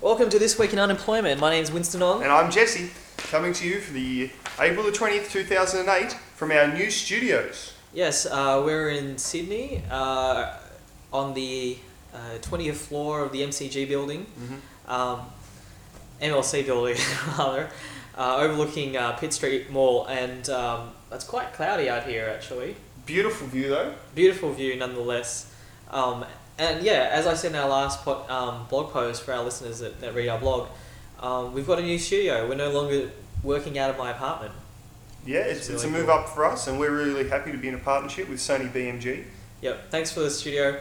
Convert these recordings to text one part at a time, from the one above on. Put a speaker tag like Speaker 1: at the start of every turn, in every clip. Speaker 1: Welcome to This Week in Unemployment. My name's Winston Ong.
Speaker 2: And I'm Jesse, coming to you for the April the 20th, 2008, from our new studios.
Speaker 1: Yes, uh, we're in Sydney uh, on the uh, 20th floor of the MCG building, um, MLC building rather, uh, overlooking uh, Pitt Street Mall, and um, it's quite cloudy out here actually.
Speaker 2: Beautiful view though.
Speaker 1: Beautiful view nonetheless. Um, and yeah, as I said in our last po- um, blog post for our listeners that, that read our blog, um, we've got a new studio. We're no longer working out of my apartment.
Speaker 2: Yeah, it's,
Speaker 1: It's
Speaker 2: it's,
Speaker 1: really
Speaker 2: a move
Speaker 1: cool.
Speaker 2: up for us, and we're really happy to be in a partnership with Sony BMG.
Speaker 1: Yep. Thanks for the studio.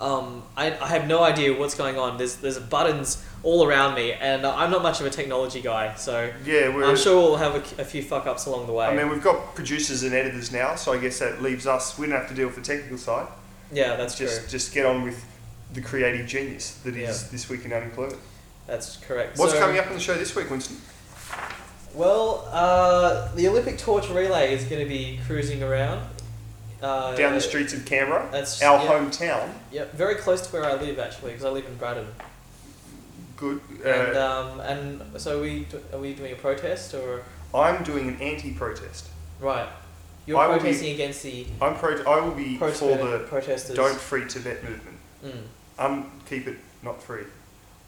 Speaker 1: Um, I, I have no idea what's going on. There's there's buttons all around me, and I'm not much of a technology guy, so
Speaker 2: Yeah, we're.
Speaker 1: I'm sure we'll have a, a few fuck ups along the way.
Speaker 2: I mean, we've got producers and editors now, so I guess that leaves us. We don't have to deal with the technical side.
Speaker 1: yeah, that's
Speaker 2: just
Speaker 1: true.
Speaker 2: just get on with the creative genius that is
Speaker 1: Yeah.
Speaker 2: this week in unemployment.
Speaker 1: That's correct.
Speaker 2: What's
Speaker 1: So-
Speaker 2: coming up on the show this week, Winston?
Speaker 1: Well, uh, the Olympic torch relay is going to be cruising around uh,
Speaker 2: Down the streets of Canberra,
Speaker 1: That's
Speaker 2: our
Speaker 1: yep,
Speaker 2: hometown.
Speaker 1: Yep, very close to where I live actually, because I live in Braddon.
Speaker 2: Good. Uh,
Speaker 1: and um, and so we do- are we doing a protest or
Speaker 2: uh, I'm doing an anti-protest.
Speaker 1: right? You're
Speaker 2: I will be-
Speaker 1: protesting against the
Speaker 2: I'm pro- I will be
Speaker 1: pro
Speaker 2: for the
Speaker 1: protesters.
Speaker 2: don't free Tibet movement.
Speaker 1: Mm.
Speaker 2: Um, keep it not free.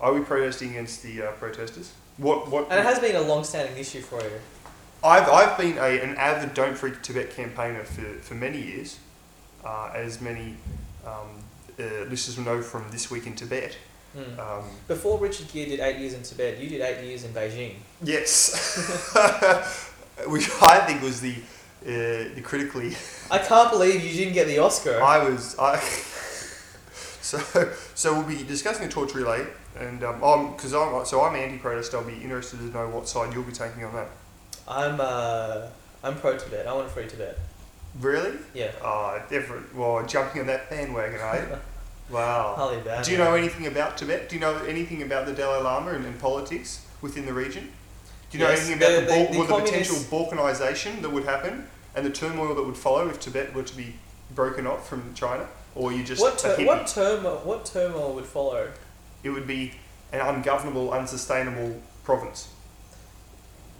Speaker 2: Are we protesting against the uh, protesters? What? What?
Speaker 1: And it has been a long-standing issue for you.
Speaker 2: I've I've been a, an avid don't free Tibet campaigner for, for many years, uh, as many um, uh, listeners will know from this week in Tibet.
Speaker 1: Mm.
Speaker 2: Um,
Speaker 1: Before Richard Gere did eight years in Tibet, you did eight years in Beijing.
Speaker 2: yes, which I think was the uh, the critically
Speaker 1: I can't believe you didn't get the Oscar.
Speaker 2: I was I. so so we'll be discussing the torch relay, and um, I'm because I'm so I'm anti-protest. I'll be interested to know what side you'll be taking on that.
Speaker 1: I'm uh, I'm pro Tibet. I want free Tibet.
Speaker 2: Really?
Speaker 1: Yeah,
Speaker 2: Uh, different. Well, jumping on that bandwagon, eh? wow.
Speaker 1: Harley Bad.
Speaker 2: Do you know anything about Tibet? Do you know anything about the Dalai Lama and, and politics within the region? Do you know
Speaker 1: Yes,
Speaker 2: anything about
Speaker 1: the- the-
Speaker 2: the, Balk-
Speaker 1: the
Speaker 2: or the potential
Speaker 1: communists-
Speaker 2: balkanization that would happen and the turmoil that would follow if Tibet were to be broken off from China? Or you just
Speaker 1: what
Speaker 2: a
Speaker 1: tur-
Speaker 2: hippie?
Speaker 1: what turmoil what turmoil would follow?
Speaker 2: it would be an ungovernable, unsustainable province.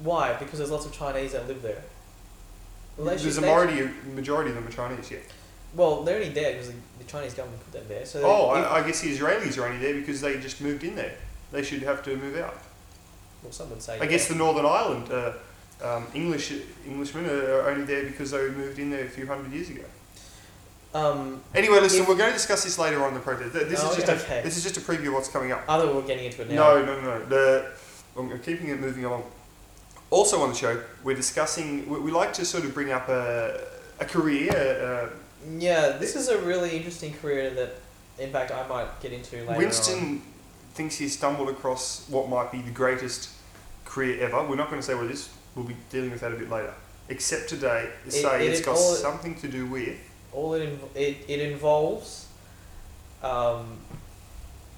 Speaker 1: Why? Because there's lots of Chinese that live there. Well, they
Speaker 2: There's
Speaker 1: should-
Speaker 2: a
Speaker 1: they
Speaker 2: majority, majority of them are Chinese, yeah.
Speaker 1: should- well, they're only there because the, the Chinese government put them there. So they-
Speaker 2: Oh,
Speaker 1: if-
Speaker 2: I, I guess the Israelis are only there because they just moved in there. They should have to move out.
Speaker 1: well, some would say.
Speaker 2: I guess
Speaker 1: yeah.
Speaker 2: the Northern Ireland uh, um, English Englishmen are are only there because they moved in there a few hundred years ago.
Speaker 1: um,
Speaker 2: Anyway, listen,
Speaker 1: If-
Speaker 2: we're going to discuss this later on in the project. Th- This
Speaker 1: Oh,
Speaker 2: is just
Speaker 1: okay.
Speaker 2: a, this is just a preview of what's coming up.
Speaker 1: other we're getting into it now.
Speaker 2: No, no, no, no. The, I'm keeping it moving along. Also on the show, we're discussing. We, we like to sort of bring up a, a career. Uh,
Speaker 1: Yeah, this is a really interesting career that, in fact, I might get into later. on.
Speaker 2: Winston thinks he's stumbled across what might be the greatest career ever. We're not going to say what it is. We'll be dealing with that a bit later. Except today, say
Speaker 1: it
Speaker 2: it's
Speaker 1: is
Speaker 2: got
Speaker 1: all-
Speaker 2: something to do with
Speaker 1: all it inv- it, it involves, um,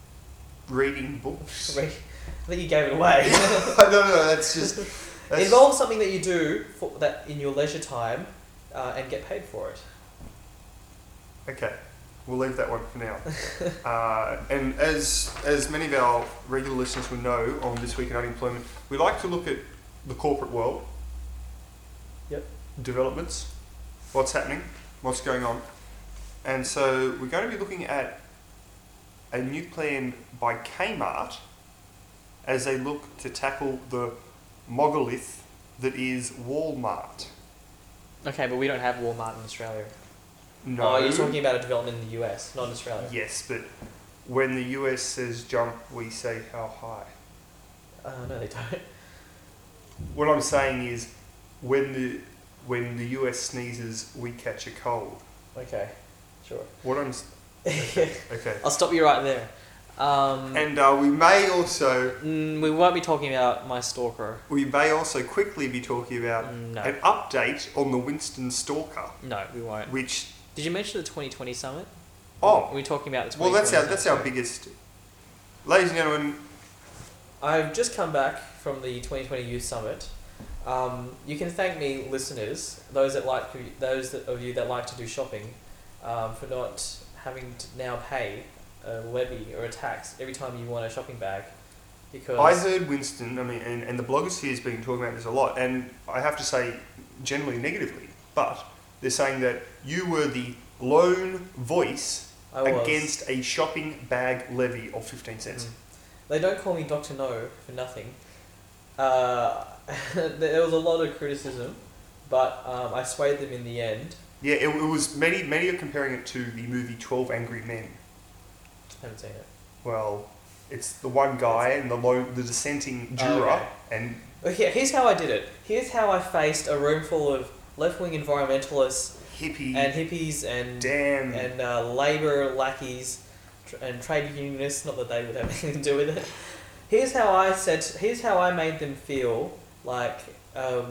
Speaker 2: reading books.
Speaker 1: re- I think you gave it away.
Speaker 2: no, no, no, that's just.
Speaker 1: it
Speaker 2: That's,
Speaker 1: involves something that you do for that in your leisure time, uh, and get paid for it.
Speaker 2: okay, we'll leave that one for now. uh, and as as many of our regular listeners will know, on this week in unemployment, we like to look at the corporate world.
Speaker 1: Yep.
Speaker 2: Developments, what's happening, what's going on, and so we're going to be looking at a new plan by Kmart as they look to tackle the mogolith that is Walmart.
Speaker 1: Okay, but we don't have Walmart in Australia.
Speaker 2: No,
Speaker 1: Oh, you're talking about a development in the US, not in Australia.
Speaker 2: Yes, but when the US says jump, we say how high.
Speaker 1: Uh, no, they don't.
Speaker 2: What I'm saying is, when the when the US sneezes, we catch a cold.
Speaker 1: Okay, sure.
Speaker 2: What I'm s- okay,
Speaker 1: I'll stop you right there. Um,
Speaker 2: and uh, we may also
Speaker 1: mm, we won't be talking about my stalker.
Speaker 2: we may also quickly be talking about
Speaker 1: Mm, No,
Speaker 2: an update on the Winston Stalker,
Speaker 1: no, we won't.
Speaker 2: which
Speaker 1: Did you mention the 2020 summit?
Speaker 2: oh
Speaker 1: We're talking about the
Speaker 2: well that's our
Speaker 1: 2020
Speaker 2: that's
Speaker 1: summit.
Speaker 2: our biggest. Ladies and gentlemen,
Speaker 1: I've just come back from the 2020 Youth Summit. Um, you can thank me, listeners, those that like to, those that, of you that like to do shopping, um, for not having to now pay a levy or a tax every time you want a shopping bag because
Speaker 2: I heard Winston, I mean, and, and the blogosphere has been talking about this a lot, and I have to say, generally negatively, but they're saying that you were the lone voice
Speaker 1: I was.
Speaker 2: against a shopping bag levy of 15 cents.
Speaker 1: Mm. They don't call me Doctor No for nothing. Uh, there was a lot of criticism, but um, I swayed them in the end.
Speaker 2: Yeah, it, it was, many, many are comparing it to the movie 12 Angry Men.
Speaker 1: haven't seen it.
Speaker 2: Well, it's the one guy and the, lo- the dissenting
Speaker 1: Oh,
Speaker 2: juror,
Speaker 1: okay.
Speaker 2: and
Speaker 1: But Oh, here, here's how I did it. Here's how I faced a room full of left-wing environmentalists
Speaker 2: hippie,
Speaker 1: and hippies and
Speaker 2: damn.
Speaker 1: and uh, labour lackeys tr- and trade unionists. Not that they would have anything to do with it. Here's how I said. Here's how I made them feel like um,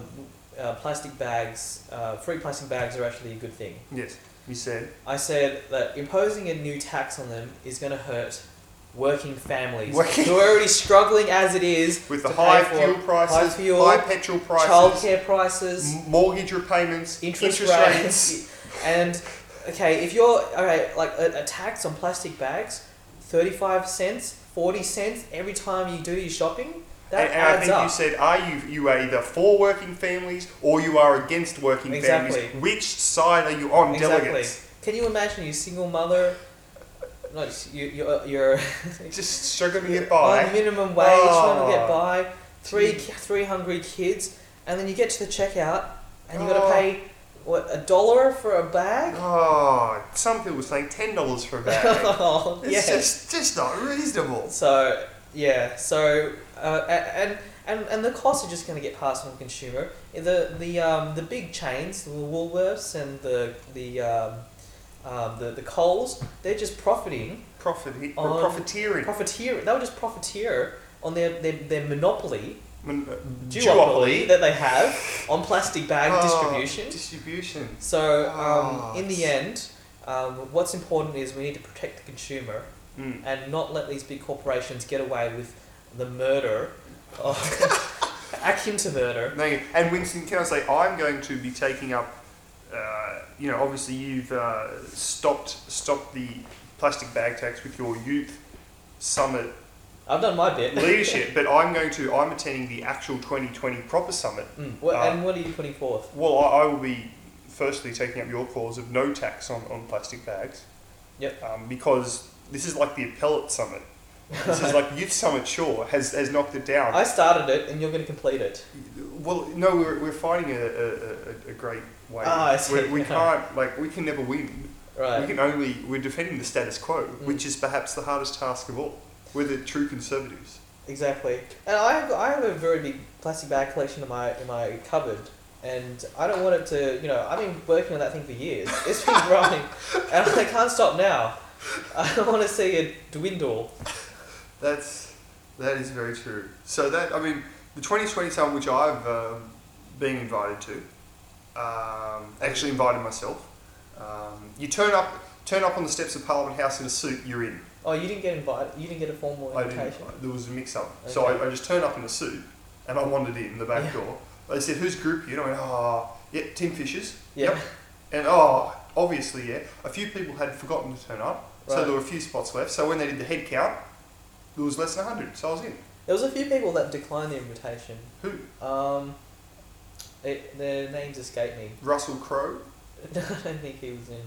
Speaker 1: uh, plastic bags, uh, free plastic bags, are actually a good thing.
Speaker 2: yes, you said.
Speaker 1: I said that imposing a new tax on them is going to hurt working families
Speaker 2: Working-
Speaker 1: who are already struggling as it is
Speaker 2: With the
Speaker 1: to
Speaker 2: high
Speaker 1: pay for
Speaker 2: fuel prices,
Speaker 1: high
Speaker 2: high,
Speaker 1: fuel,
Speaker 2: petrol prices,
Speaker 1: childcare prices,
Speaker 2: m- mortgage repayments,
Speaker 1: interest,
Speaker 2: interest, rates.
Speaker 1: rates, and okay, if you're okay, like a, a tax on plastic bags, thirty-five cents, forty cents every time you do your shopping, that
Speaker 2: and, and I
Speaker 1: adds
Speaker 2: think
Speaker 1: up.
Speaker 2: you said, are you you are either for working families or you are against working
Speaker 1: Exactly.
Speaker 2: families? Which side are you on,
Speaker 1: exactly.
Speaker 2: delegates?
Speaker 1: Can you imagine you single mother? No, you you you're
Speaker 2: Just struggling to
Speaker 1: Yeah, Oh,
Speaker 2: get by.
Speaker 1: On uh, minimum wage, trying to get
Speaker 2: Oh.
Speaker 1: by. Three, ki- three hungry kids, and then you get to the checkout, and you got
Speaker 2: Oh.
Speaker 1: to pay what a dollar for a bag.
Speaker 2: Oh, some people saying ten dollars for a bag.
Speaker 1: Oh,
Speaker 2: It's
Speaker 1: yes.
Speaker 2: just just not reasonable.
Speaker 1: So yeah, so uh, a- and and and the costs are just going to get passed on to the consumer. The the um, the big chains, the Woolworths and the the um, um, the the Coles, they're just profiting,
Speaker 2: Profit,
Speaker 1: On-
Speaker 2: profiteering,
Speaker 1: profiteer. They were just profiteer on their their, their monopoly
Speaker 2: Mon- uh,
Speaker 1: duopoly
Speaker 2: duopoly,
Speaker 1: that they have on plastic bag
Speaker 2: Oh,
Speaker 1: distribution.
Speaker 2: distribution.
Speaker 1: So, um,
Speaker 2: Oh,
Speaker 1: in the end, um, what's important is we need to protect the consumer
Speaker 2: Mm.
Speaker 1: and not let these big corporations get away with the murder, of, akin to murder.
Speaker 2: Thank you. And Winston, can I say I'm going to be taking up? Uh, you know, obviously you've uh, stopped stopped the plastic bag tax with your youth summit
Speaker 1: I've done my bit.
Speaker 2: leadership, but I'm going to I'm attending the actual 2020 proper summit.
Speaker 1: Mm. What,
Speaker 2: Uh,
Speaker 1: and what are you putting forth?
Speaker 2: Well, I, I will be firstly taking up your cause of no tax on, on plastic bags.
Speaker 1: Yep.
Speaker 2: Um, because this is like the appellate summit. This is like youth summit. Sure, has has knocked it down.
Speaker 1: I started it, and you're going to complete it.
Speaker 2: Well, no, we're, we're fighting a, a, a, a great way.
Speaker 1: Ah, I see.
Speaker 2: We, we can't, like, we can never win. We
Speaker 1: Right. Mm.
Speaker 2: can only, we're defending the status quo, which is perhaps the hardest task of all. We're the true conservatives.
Speaker 1: Exactly. And I have, I have a very big plastic bag collection in my in my cupboard. And I don't want it to, you know, I've been working on that thing for years. It's been growing, and I can't stop now. I don't want to see it dwindle.
Speaker 2: That's, that is very true. So that, I mean, the 2020 summit, which I've um, been invited to, um, actually invited myself. Um, you turn up, turn up on the steps of Parliament House in a suit, you're in.
Speaker 1: Oh, you didn't get invited. You didn't get a formal
Speaker 2: I didn't.
Speaker 1: invitation.
Speaker 2: There was a mix-up, so
Speaker 1: Okay.
Speaker 2: I, I just turned up in a suit and I wandered in the back
Speaker 1: Yeah.
Speaker 2: door. They said, "Whose group?" are You know, I went, "Ah, yeah, Tim Fisher's."
Speaker 1: Yeah.
Speaker 2: Yep. And oh, obviously, yeah. A few people had forgotten to turn up, so
Speaker 1: Right.
Speaker 2: there were a few spots left. So when they did the head count, there was less than hundred. So I was in.
Speaker 1: There was a few people that declined the invitation.
Speaker 2: Who?
Speaker 1: Um, it, their names escape me.
Speaker 2: Russell Crowe.
Speaker 1: No, I don't think he was in.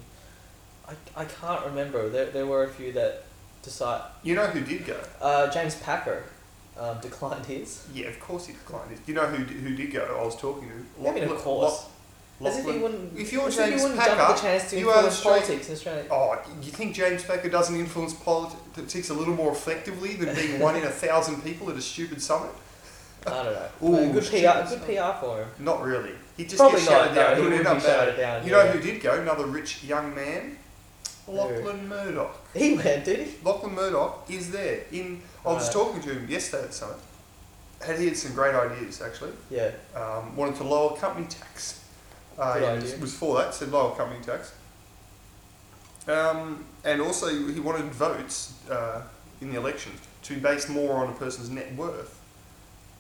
Speaker 1: I, I can't remember. There, there were a few that decide.
Speaker 2: You know who did go?
Speaker 1: Uh, James Packer um, declined his.
Speaker 2: Yeah, of course he declined it. You know who d- who did go? I was talking to.
Speaker 1: I mean, of
Speaker 2: Lachlan-
Speaker 1: course.
Speaker 2: Lach-
Speaker 1: As if he
Speaker 2: Lachlan-
Speaker 1: wouldn't.
Speaker 2: If you're
Speaker 1: as
Speaker 2: James
Speaker 1: he wouldn't jump
Speaker 2: Packer,
Speaker 1: the chance to
Speaker 2: you are
Speaker 1: influence
Speaker 2: Australian-
Speaker 1: politics in Australia.
Speaker 2: Oh, you think James Packer doesn't influence politics a little more effectively than being one in a thousand people at a stupid summit?
Speaker 1: I don't know. But
Speaker 2: Ooh,
Speaker 1: good PR. Good
Speaker 2: stupid.
Speaker 1: PR for him.
Speaker 2: Not really. He just
Speaker 1: Probably
Speaker 2: gets
Speaker 1: not.
Speaker 2: shouted
Speaker 1: No,
Speaker 2: down.
Speaker 1: he
Speaker 2: He'll
Speaker 1: would be
Speaker 2: end up
Speaker 1: shouted
Speaker 2: bad.
Speaker 1: down.
Speaker 2: You
Speaker 1: yeah.
Speaker 2: know who did go? Another rich young man, Lachlan Murdoch.
Speaker 1: He went, did he?
Speaker 2: Lachlan Murdoch is there. In I was
Speaker 1: Right.
Speaker 2: talking to him yesterday at the summit, and he had some great ideas actually.
Speaker 1: Yeah.
Speaker 2: Um, wanted to lower company tax. Uh,
Speaker 1: Good
Speaker 2: he
Speaker 1: idea.
Speaker 2: was, was for that. Said lower company tax. Um, and also he wanted votes uh, in the election to be based more on a person's net worth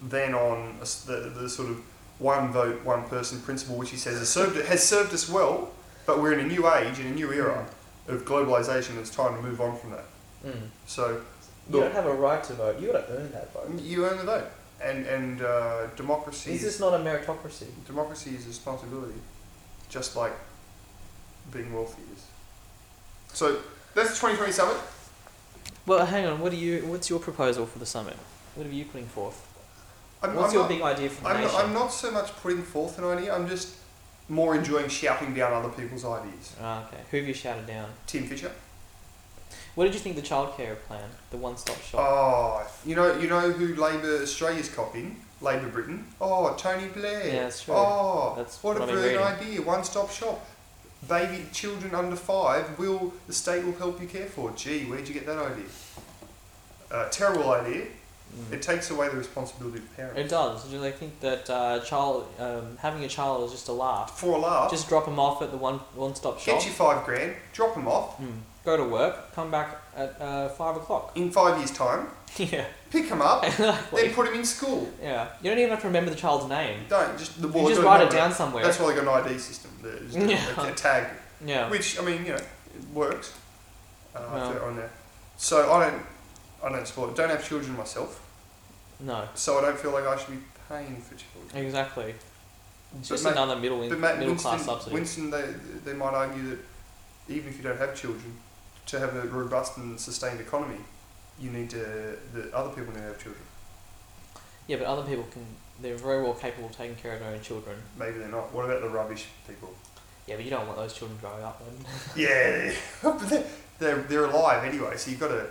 Speaker 2: than on a s the, the sort of one vote, one person principle, which he says has served has served us well, but we're in
Speaker 1: Hmm.
Speaker 2: a new age in a new era of globalization. It's time to move on from that.
Speaker 1: Mm.
Speaker 2: So
Speaker 1: You don't have a right to vote. You got to earn that vote.
Speaker 2: You earn the vote, and and uh, democracy
Speaker 1: Is this not a meritocracy?
Speaker 2: democracy is a responsibility, just like being wealthy is. So that's twenty twenty summit.
Speaker 1: Well, hang on. What do you? What's your proposal for the summit? What are you putting forth?
Speaker 2: I'm,
Speaker 1: what's
Speaker 2: I'm
Speaker 1: your
Speaker 2: not,
Speaker 1: big idea for the
Speaker 2: I'm, not,
Speaker 1: nation?
Speaker 2: I'm not so much putting forth an idea. I'm just more enjoying shouting down other people's ideas.
Speaker 1: Ah, okay. Who have you shouted down?
Speaker 2: Tim Fisher.
Speaker 1: What did you think of the childcare plan, the one-stop shop?
Speaker 2: Oh, you know, you know who Labor Australia's copying? Labor Britain. Oh, Tony Blair.
Speaker 1: Yeah, that's true.
Speaker 2: Oh,
Speaker 1: That's what
Speaker 2: what, a
Speaker 1: I've been
Speaker 2: brilliant idea! One-stop shop. Baby children under five will the state will help you care for. Gee, where'd you get that idea? Uh, terrible idea.
Speaker 1: Mm.
Speaker 2: It takes away the responsibility of parents.
Speaker 1: It does. Do they think that uh, child um, having a child is just a laugh?
Speaker 2: For a laugh,
Speaker 1: Just drop them off at the one one-stop shop.
Speaker 2: get your five grand, drop them off.
Speaker 1: Mm. Go to work. Come back at uh, five o'clock.
Speaker 2: In five years' time,
Speaker 1: yeah.
Speaker 2: pick them up, then
Speaker 1: Exactly.
Speaker 2: put them in school.
Speaker 1: Yeah. You don't even have to remember the child's name.
Speaker 2: Don't just the
Speaker 1: You
Speaker 2: well,
Speaker 1: just
Speaker 2: they're
Speaker 1: write
Speaker 2: not-
Speaker 1: it down somewhere.
Speaker 2: That's why they got an ID system. There's a,
Speaker 1: Yeah.
Speaker 2: a tag
Speaker 1: yeah.
Speaker 2: Which I mean, you know, it works. Uh,
Speaker 1: Yeah.
Speaker 2: if they're on there. So I don't, I don't support. Don't have children myself,
Speaker 1: No.
Speaker 2: so I don't feel like I should be paying for children.
Speaker 1: Exactly. It's just
Speaker 2: mate-
Speaker 1: another middle in,
Speaker 2: But mate,
Speaker 1: middle
Speaker 2: Winston,
Speaker 1: class subsidy.
Speaker 2: Winston, they they might argue that even if you don't have children, to have a robust and sustained economy, you need to the other people need to have children.
Speaker 1: Yeah, but other people can. They're very well capable of taking care of their own children.
Speaker 2: Maybe they're not. What about the rubbish people?
Speaker 1: Yeah, but you don't want those children growing up. Then.
Speaker 2: yeah, but they're, they're they're alive anyway. So you got to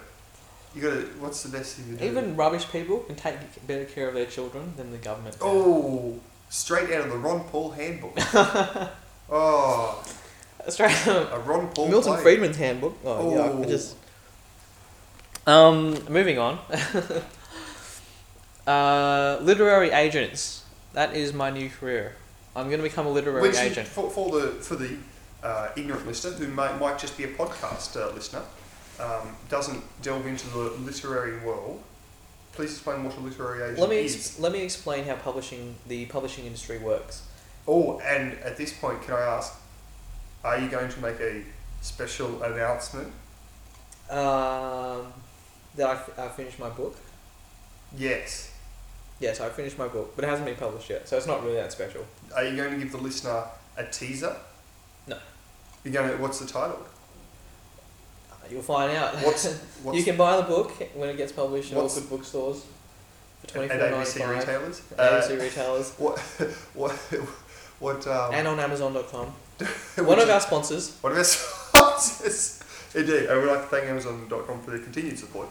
Speaker 2: you got to. What's the best thing to do?
Speaker 1: Even rubbish people can take better care of their children than the government. can.
Speaker 2: Oh, straight out of the Ron Paul handbook. oh,
Speaker 1: Australia.
Speaker 2: a Ron Paul.
Speaker 1: Milton
Speaker 2: play.
Speaker 1: Friedman's handbook. Oh,
Speaker 2: Oh.
Speaker 1: yeah. I Just. Um, moving on. uh, literary agents. That is my new career. I'm going to become a literary
Speaker 2: Which is-
Speaker 1: agent.
Speaker 2: for, for the for the uh, ignorant listener who might might just be a podcast uh, listener, um, doesn't delve into the literary world. Please explain what a literary agent
Speaker 1: Let me
Speaker 2: is.
Speaker 1: ex- let me explain how publishing the publishing industry works.
Speaker 2: oh, and at this point, can I ask, are you going to make a special announcement?
Speaker 1: Um, that I, f- I finished my book.
Speaker 2: Yes.
Speaker 1: Yes, I finished my book, but it hasn't been published yet, so it's not really that special.
Speaker 2: Are you going to give the listener a teaser?
Speaker 1: No.
Speaker 2: You're going to. What's the title?
Speaker 1: Uh, You'll find out.
Speaker 2: What's what's
Speaker 1: you can buy the book when it gets published at all
Speaker 2: What's-
Speaker 1: good bookstores for twenty
Speaker 2: at
Speaker 1: four
Speaker 2: ABC
Speaker 1: ninety five.
Speaker 2: retailers. Uh,
Speaker 1: ABC retailers
Speaker 2: what what what um,
Speaker 1: and on Amazon.com.
Speaker 2: would
Speaker 1: One of
Speaker 2: you-
Speaker 1: our sponsors.
Speaker 2: one of our sponsors. Indeed, I would like to thank Amazon.com for their continued support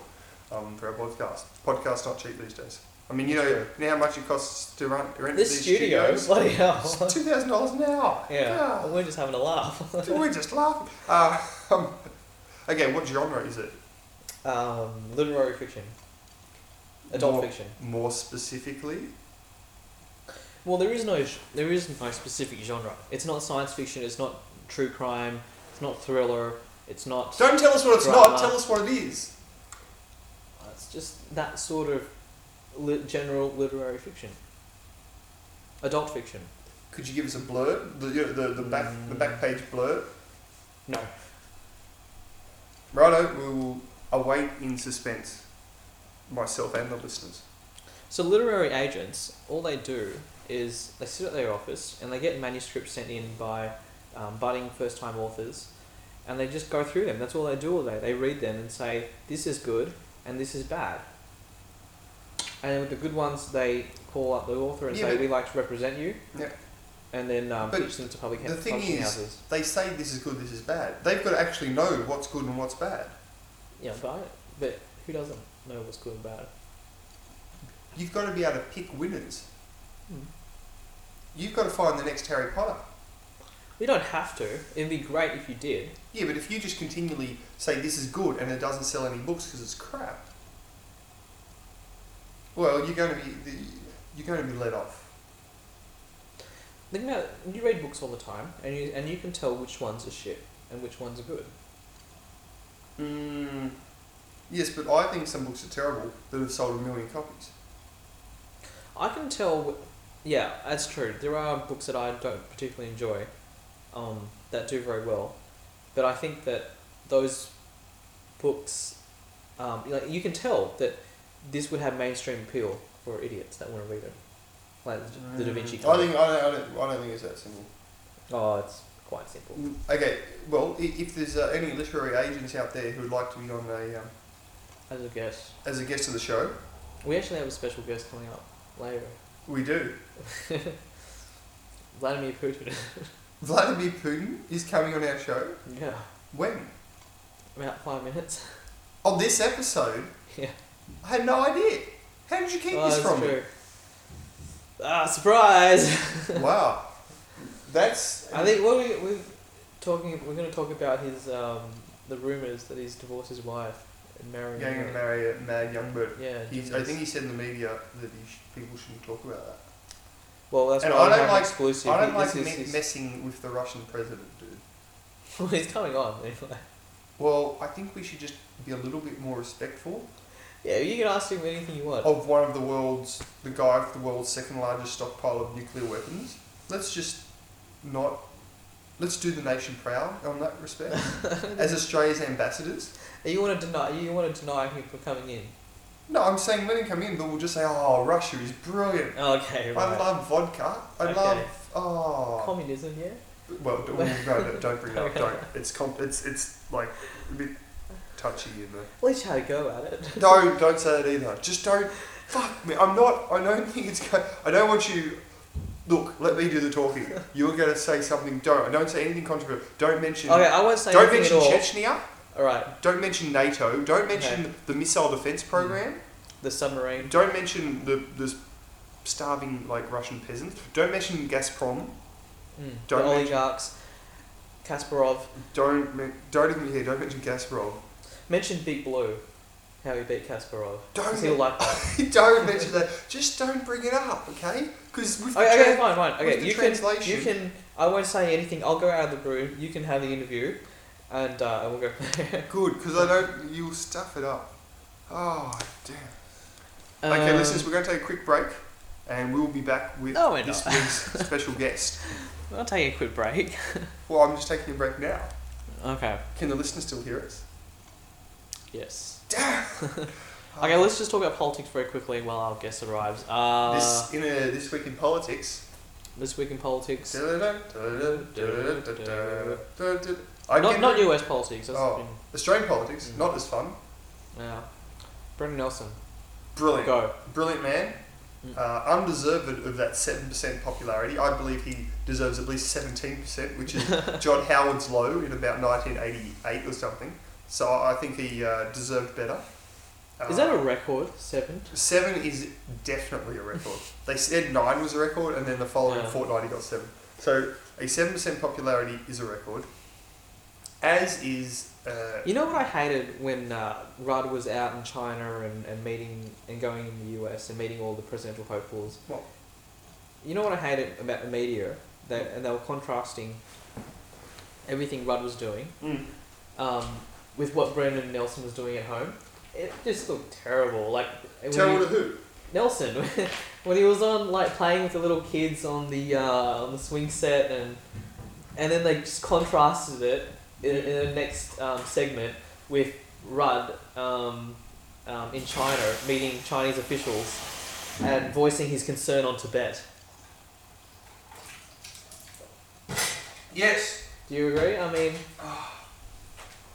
Speaker 2: um, for our podcast. Podcasts not cheap these days. I mean, you know,
Speaker 1: True.
Speaker 2: you know how much it costs to run rent
Speaker 1: This
Speaker 2: these
Speaker 1: studio,
Speaker 2: studios.
Speaker 1: bloody hell.
Speaker 2: It's two thousand dollars an hour.
Speaker 1: yeah, and we're just having a laugh.
Speaker 2: God, we're just laughing. Uh, um, okay, what genre is it?
Speaker 1: um, literary fiction, adult
Speaker 2: More-
Speaker 1: fiction.
Speaker 2: More specifically,
Speaker 1: Well, there is no g- there is no specific genre. It's not science fiction. It's not true crime. It's not thriller. It's not.
Speaker 2: don't tell us what it's
Speaker 1: Drama.
Speaker 2: not. Tell us what it is.
Speaker 1: It's just that sort of lit, general literary fiction. Adult fiction.
Speaker 2: Could you give us a blurb? The you know, the, the back the back page blurb.
Speaker 1: No.
Speaker 2: Righto, we will await in suspense, myself and the listeners.
Speaker 1: So literary agents, all they do is they sit at their office and they get manuscripts sent in by um, budding first time authors, and they just go through them. That's all they do all day. They read them and say this is good and this is bad. And with the good ones, they call up the author and
Speaker 2: Yeah,
Speaker 1: say
Speaker 2: but-
Speaker 1: we like to represent you.
Speaker 2: Yeah.
Speaker 1: And then um,
Speaker 2: But
Speaker 1: pitch them to public
Speaker 2: the thing
Speaker 1: publishing
Speaker 2: is-
Speaker 1: houses.
Speaker 2: They say this is good, this is bad. They've got to actually know what's good and what's bad.
Speaker 1: Yeah, but I- but who doesn't know what's good and bad?
Speaker 2: You've got to be able to pick winners.
Speaker 1: Hmm.
Speaker 2: You've got to find the next Harry Potter.
Speaker 1: We don't have to. It'd be great if you did.
Speaker 2: Yeah, but if you just continually say this is good and it doesn't sell any books because it's crap, well, you're going to be you're going to be let off.
Speaker 1: Think about you read books all the time, and you and you can tell which ones are shit and which ones are good.
Speaker 2: Mm. Yes, but I think some books are terrible that have sold a million copies.
Speaker 1: I can tell. wh- Yeah, that's true. There are books that I don't particularly enjoy, um, that do very well, but I think that those books um, like you can tell that this would have mainstream appeal for idiots that want to read it, like the Da Vinci
Speaker 2: Mm. I
Speaker 1: Code.
Speaker 2: think I don't, I don't, I don't think it's that simple.
Speaker 1: oh, it's quite simple.
Speaker 2: Okay, well, i- if there's uh, any literary agents out there who would like to be on a um,
Speaker 1: As a guest,
Speaker 2: as a guest of the show,
Speaker 1: we actually have a special guest coming up later.
Speaker 2: we do.
Speaker 1: Vladimir Putin.
Speaker 2: Vladimir Putin is coming on our show.
Speaker 1: yeah,
Speaker 2: When?
Speaker 1: about five minutes.
Speaker 2: On this episode?
Speaker 1: Yeah.
Speaker 2: I had no idea. How did you keep
Speaker 1: Oh,
Speaker 2: this
Speaker 1: that's
Speaker 2: from me?
Speaker 1: true. Ah, surprise!
Speaker 2: Wow. That's.
Speaker 1: I think what we we're talking we're going to talk about his um, the rumors that he's divorced his wife and married.
Speaker 2: Going to marry a mad young bird.
Speaker 1: Yeah,
Speaker 2: He's, I think he said in the media that he sh- people shouldn't talk about that.
Speaker 1: Well, that's
Speaker 2: And
Speaker 1: why
Speaker 2: I
Speaker 1: I
Speaker 2: don't
Speaker 1: don't
Speaker 2: like-
Speaker 1: exclusive.
Speaker 2: I don't
Speaker 1: This
Speaker 2: like
Speaker 1: is
Speaker 2: me-
Speaker 1: his-
Speaker 2: messing with the Russian president, dude.
Speaker 1: well, he's coming on anyway.
Speaker 2: Well, I think we should just be a little bit more respectful
Speaker 1: Yeah, you can ask him anything you want.
Speaker 2: of one of the world's, the guy with the world's second largest stockpile of nuclear weapons. Let's just not, let's do the nation proud on that respect. As Australia's ambassadors.
Speaker 1: You want to deny? You want to deny him from coming in?
Speaker 2: No, I'm saying let him come in, but we'll just say, oh, Russia is brilliant.
Speaker 1: Okay,
Speaker 2: I
Speaker 1: right.
Speaker 2: love vodka. I
Speaker 1: Okay.
Speaker 2: love, oh.
Speaker 1: Communism, yeah.
Speaker 2: Well, d- well, no, no, don't bring it up. Don't. It's comp- It's it's like a bit touchy in there.
Speaker 1: At least you had a go at it.
Speaker 2: No, don't say that either. Just don't. Fuck me. I'm not. I don't think it's. Go- I don't want you. Look, let me do the talking. You were going to say something. Don't. I don't say anything controversial. Don't mention.
Speaker 1: Okay, I won't Oh, say
Speaker 2: don't
Speaker 1: anything
Speaker 2: mention
Speaker 1: at
Speaker 2: Chechnya.
Speaker 1: all. All right,
Speaker 2: Don't mention NATO. Don't mention the missile defense program.
Speaker 1: the submarine.
Speaker 2: Don't mention the the starving like Russian peasants. Don't mention Gazprom.
Speaker 1: Mm,
Speaker 2: Don't
Speaker 1: the
Speaker 2: mention-
Speaker 1: oligarchs. Kasparov
Speaker 2: Don't men- don't even here. Don't mention Gazprom.
Speaker 1: mentioned Big Blue, how he beat Kasparov.
Speaker 2: Don't
Speaker 1: Because he'll like that.
Speaker 2: don't mention that. Just don't bring it up, okay? Because with
Speaker 1: okay, okay,
Speaker 2: the
Speaker 1: fine, fine.
Speaker 2: with
Speaker 1: Okay,
Speaker 2: the
Speaker 1: you can, you
Speaker 2: translation-
Speaker 1: can. I won't say anything. I'll go out of the room. You can have the interview, and uh, I will go.
Speaker 2: tra- good, because I don't. You'll stuff it up. Oh damn. okay,
Speaker 1: Um,
Speaker 2: listeners, we're going to take a quick break, and we'll be back with
Speaker 1: No, we're
Speaker 2: this
Speaker 1: not.
Speaker 2: week's special guest.
Speaker 1: Um, I'll take a quick break.
Speaker 2: Well, I'm just taking a break now.
Speaker 1: Okay.
Speaker 2: Can the listeners still hear us?
Speaker 1: Yes.
Speaker 2: Damn.
Speaker 1: Okay, let's just talk about politics very quickly while our guest arrives. Uh,
Speaker 2: This in a, this week in politics.
Speaker 1: this week in politics.
Speaker 2: I
Speaker 1: Not,
Speaker 2: get-
Speaker 1: not US politics. That's
Speaker 2: Oh.
Speaker 1: been,
Speaker 2: Australian politics.
Speaker 1: Mm.
Speaker 2: Not as fun.
Speaker 1: yeah. Brendan Nelson.
Speaker 2: Brilliant.
Speaker 1: Go.
Speaker 2: Brilliant man.
Speaker 1: Mm.
Speaker 2: Uh, undeserved of that 7% popularity. I believe he deserves at least 17%, which is John Howard's low in about 1988 or something. So I think he uh, deserved better. Uh,
Speaker 1: Is that a record? Seven?
Speaker 2: Seven is definitely a record. they said nine was a record, and then the following
Speaker 1: Yeah.
Speaker 2: fortnight he got seven. So a 7% popularity is a record. As is. Uh,
Speaker 1: You know what I hated when uh, Rudd was out in China and, and meeting and going in the US and meeting all the presidential hopefuls?
Speaker 2: What?
Speaker 1: You know what I hated about the media? They, and they were contrasting everything Rudd was doing
Speaker 2: Mm.
Speaker 1: um, with what Brendan Nelson was doing at home. It just looked terrible. Like when
Speaker 2: Terrible
Speaker 1: he-
Speaker 2: to who?
Speaker 1: Nelson when he was on like playing with the little kids on the uh, on the swing set and and then they just contrasted it in, in the next um, segment with Rudd um, um, in China meeting Chinese officials and voicing his concern on Tibet.
Speaker 2: Yes.
Speaker 1: Do you agree? I mean, I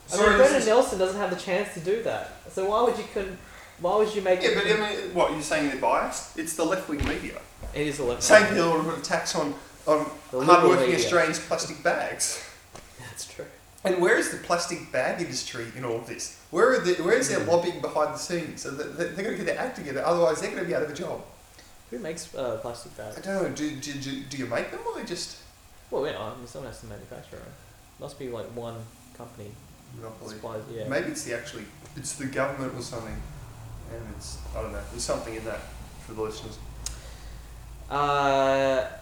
Speaker 2: Sorry,
Speaker 1: mean,
Speaker 2: this
Speaker 1: Brendan
Speaker 2: is-
Speaker 1: Nelson doesn't have the chance to do that. So why would you con- why would you make
Speaker 2: Yeah, but I mean, what you're saying they're biased? It's the left wing media
Speaker 1: it is a left.
Speaker 2: saying they will put a tax on on
Speaker 1: The
Speaker 2: hard
Speaker 1: liberal
Speaker 2: working
Speaker 1: media.
Speaker 2: Australians' plastic bags.
Speaker 1: That's true.
Speaker 2: And where is the plastic bag industry in all of this? Where are the, where is
Speaker 1: Hmm.
Speaker 2: their lobbying behind the scenes? So that that they're going to get their act together. Otherwise, they're going to be out of a job.
Speaker 1: Who makes uh, plastic bags?
Speaker 2: I don't know. Do, do, do, do you make them or just
Speaker 1: Well, yeah, I mean, someone has to manufacture it. Must be like one company
Speaker 2: monopoly?
Speaker 1: supplies. Yeah.
Speaker 2: Maybe it's the actually it's the government or something, and it's I don't know. There's something in that for the listeners.
Speaker 1: Uh,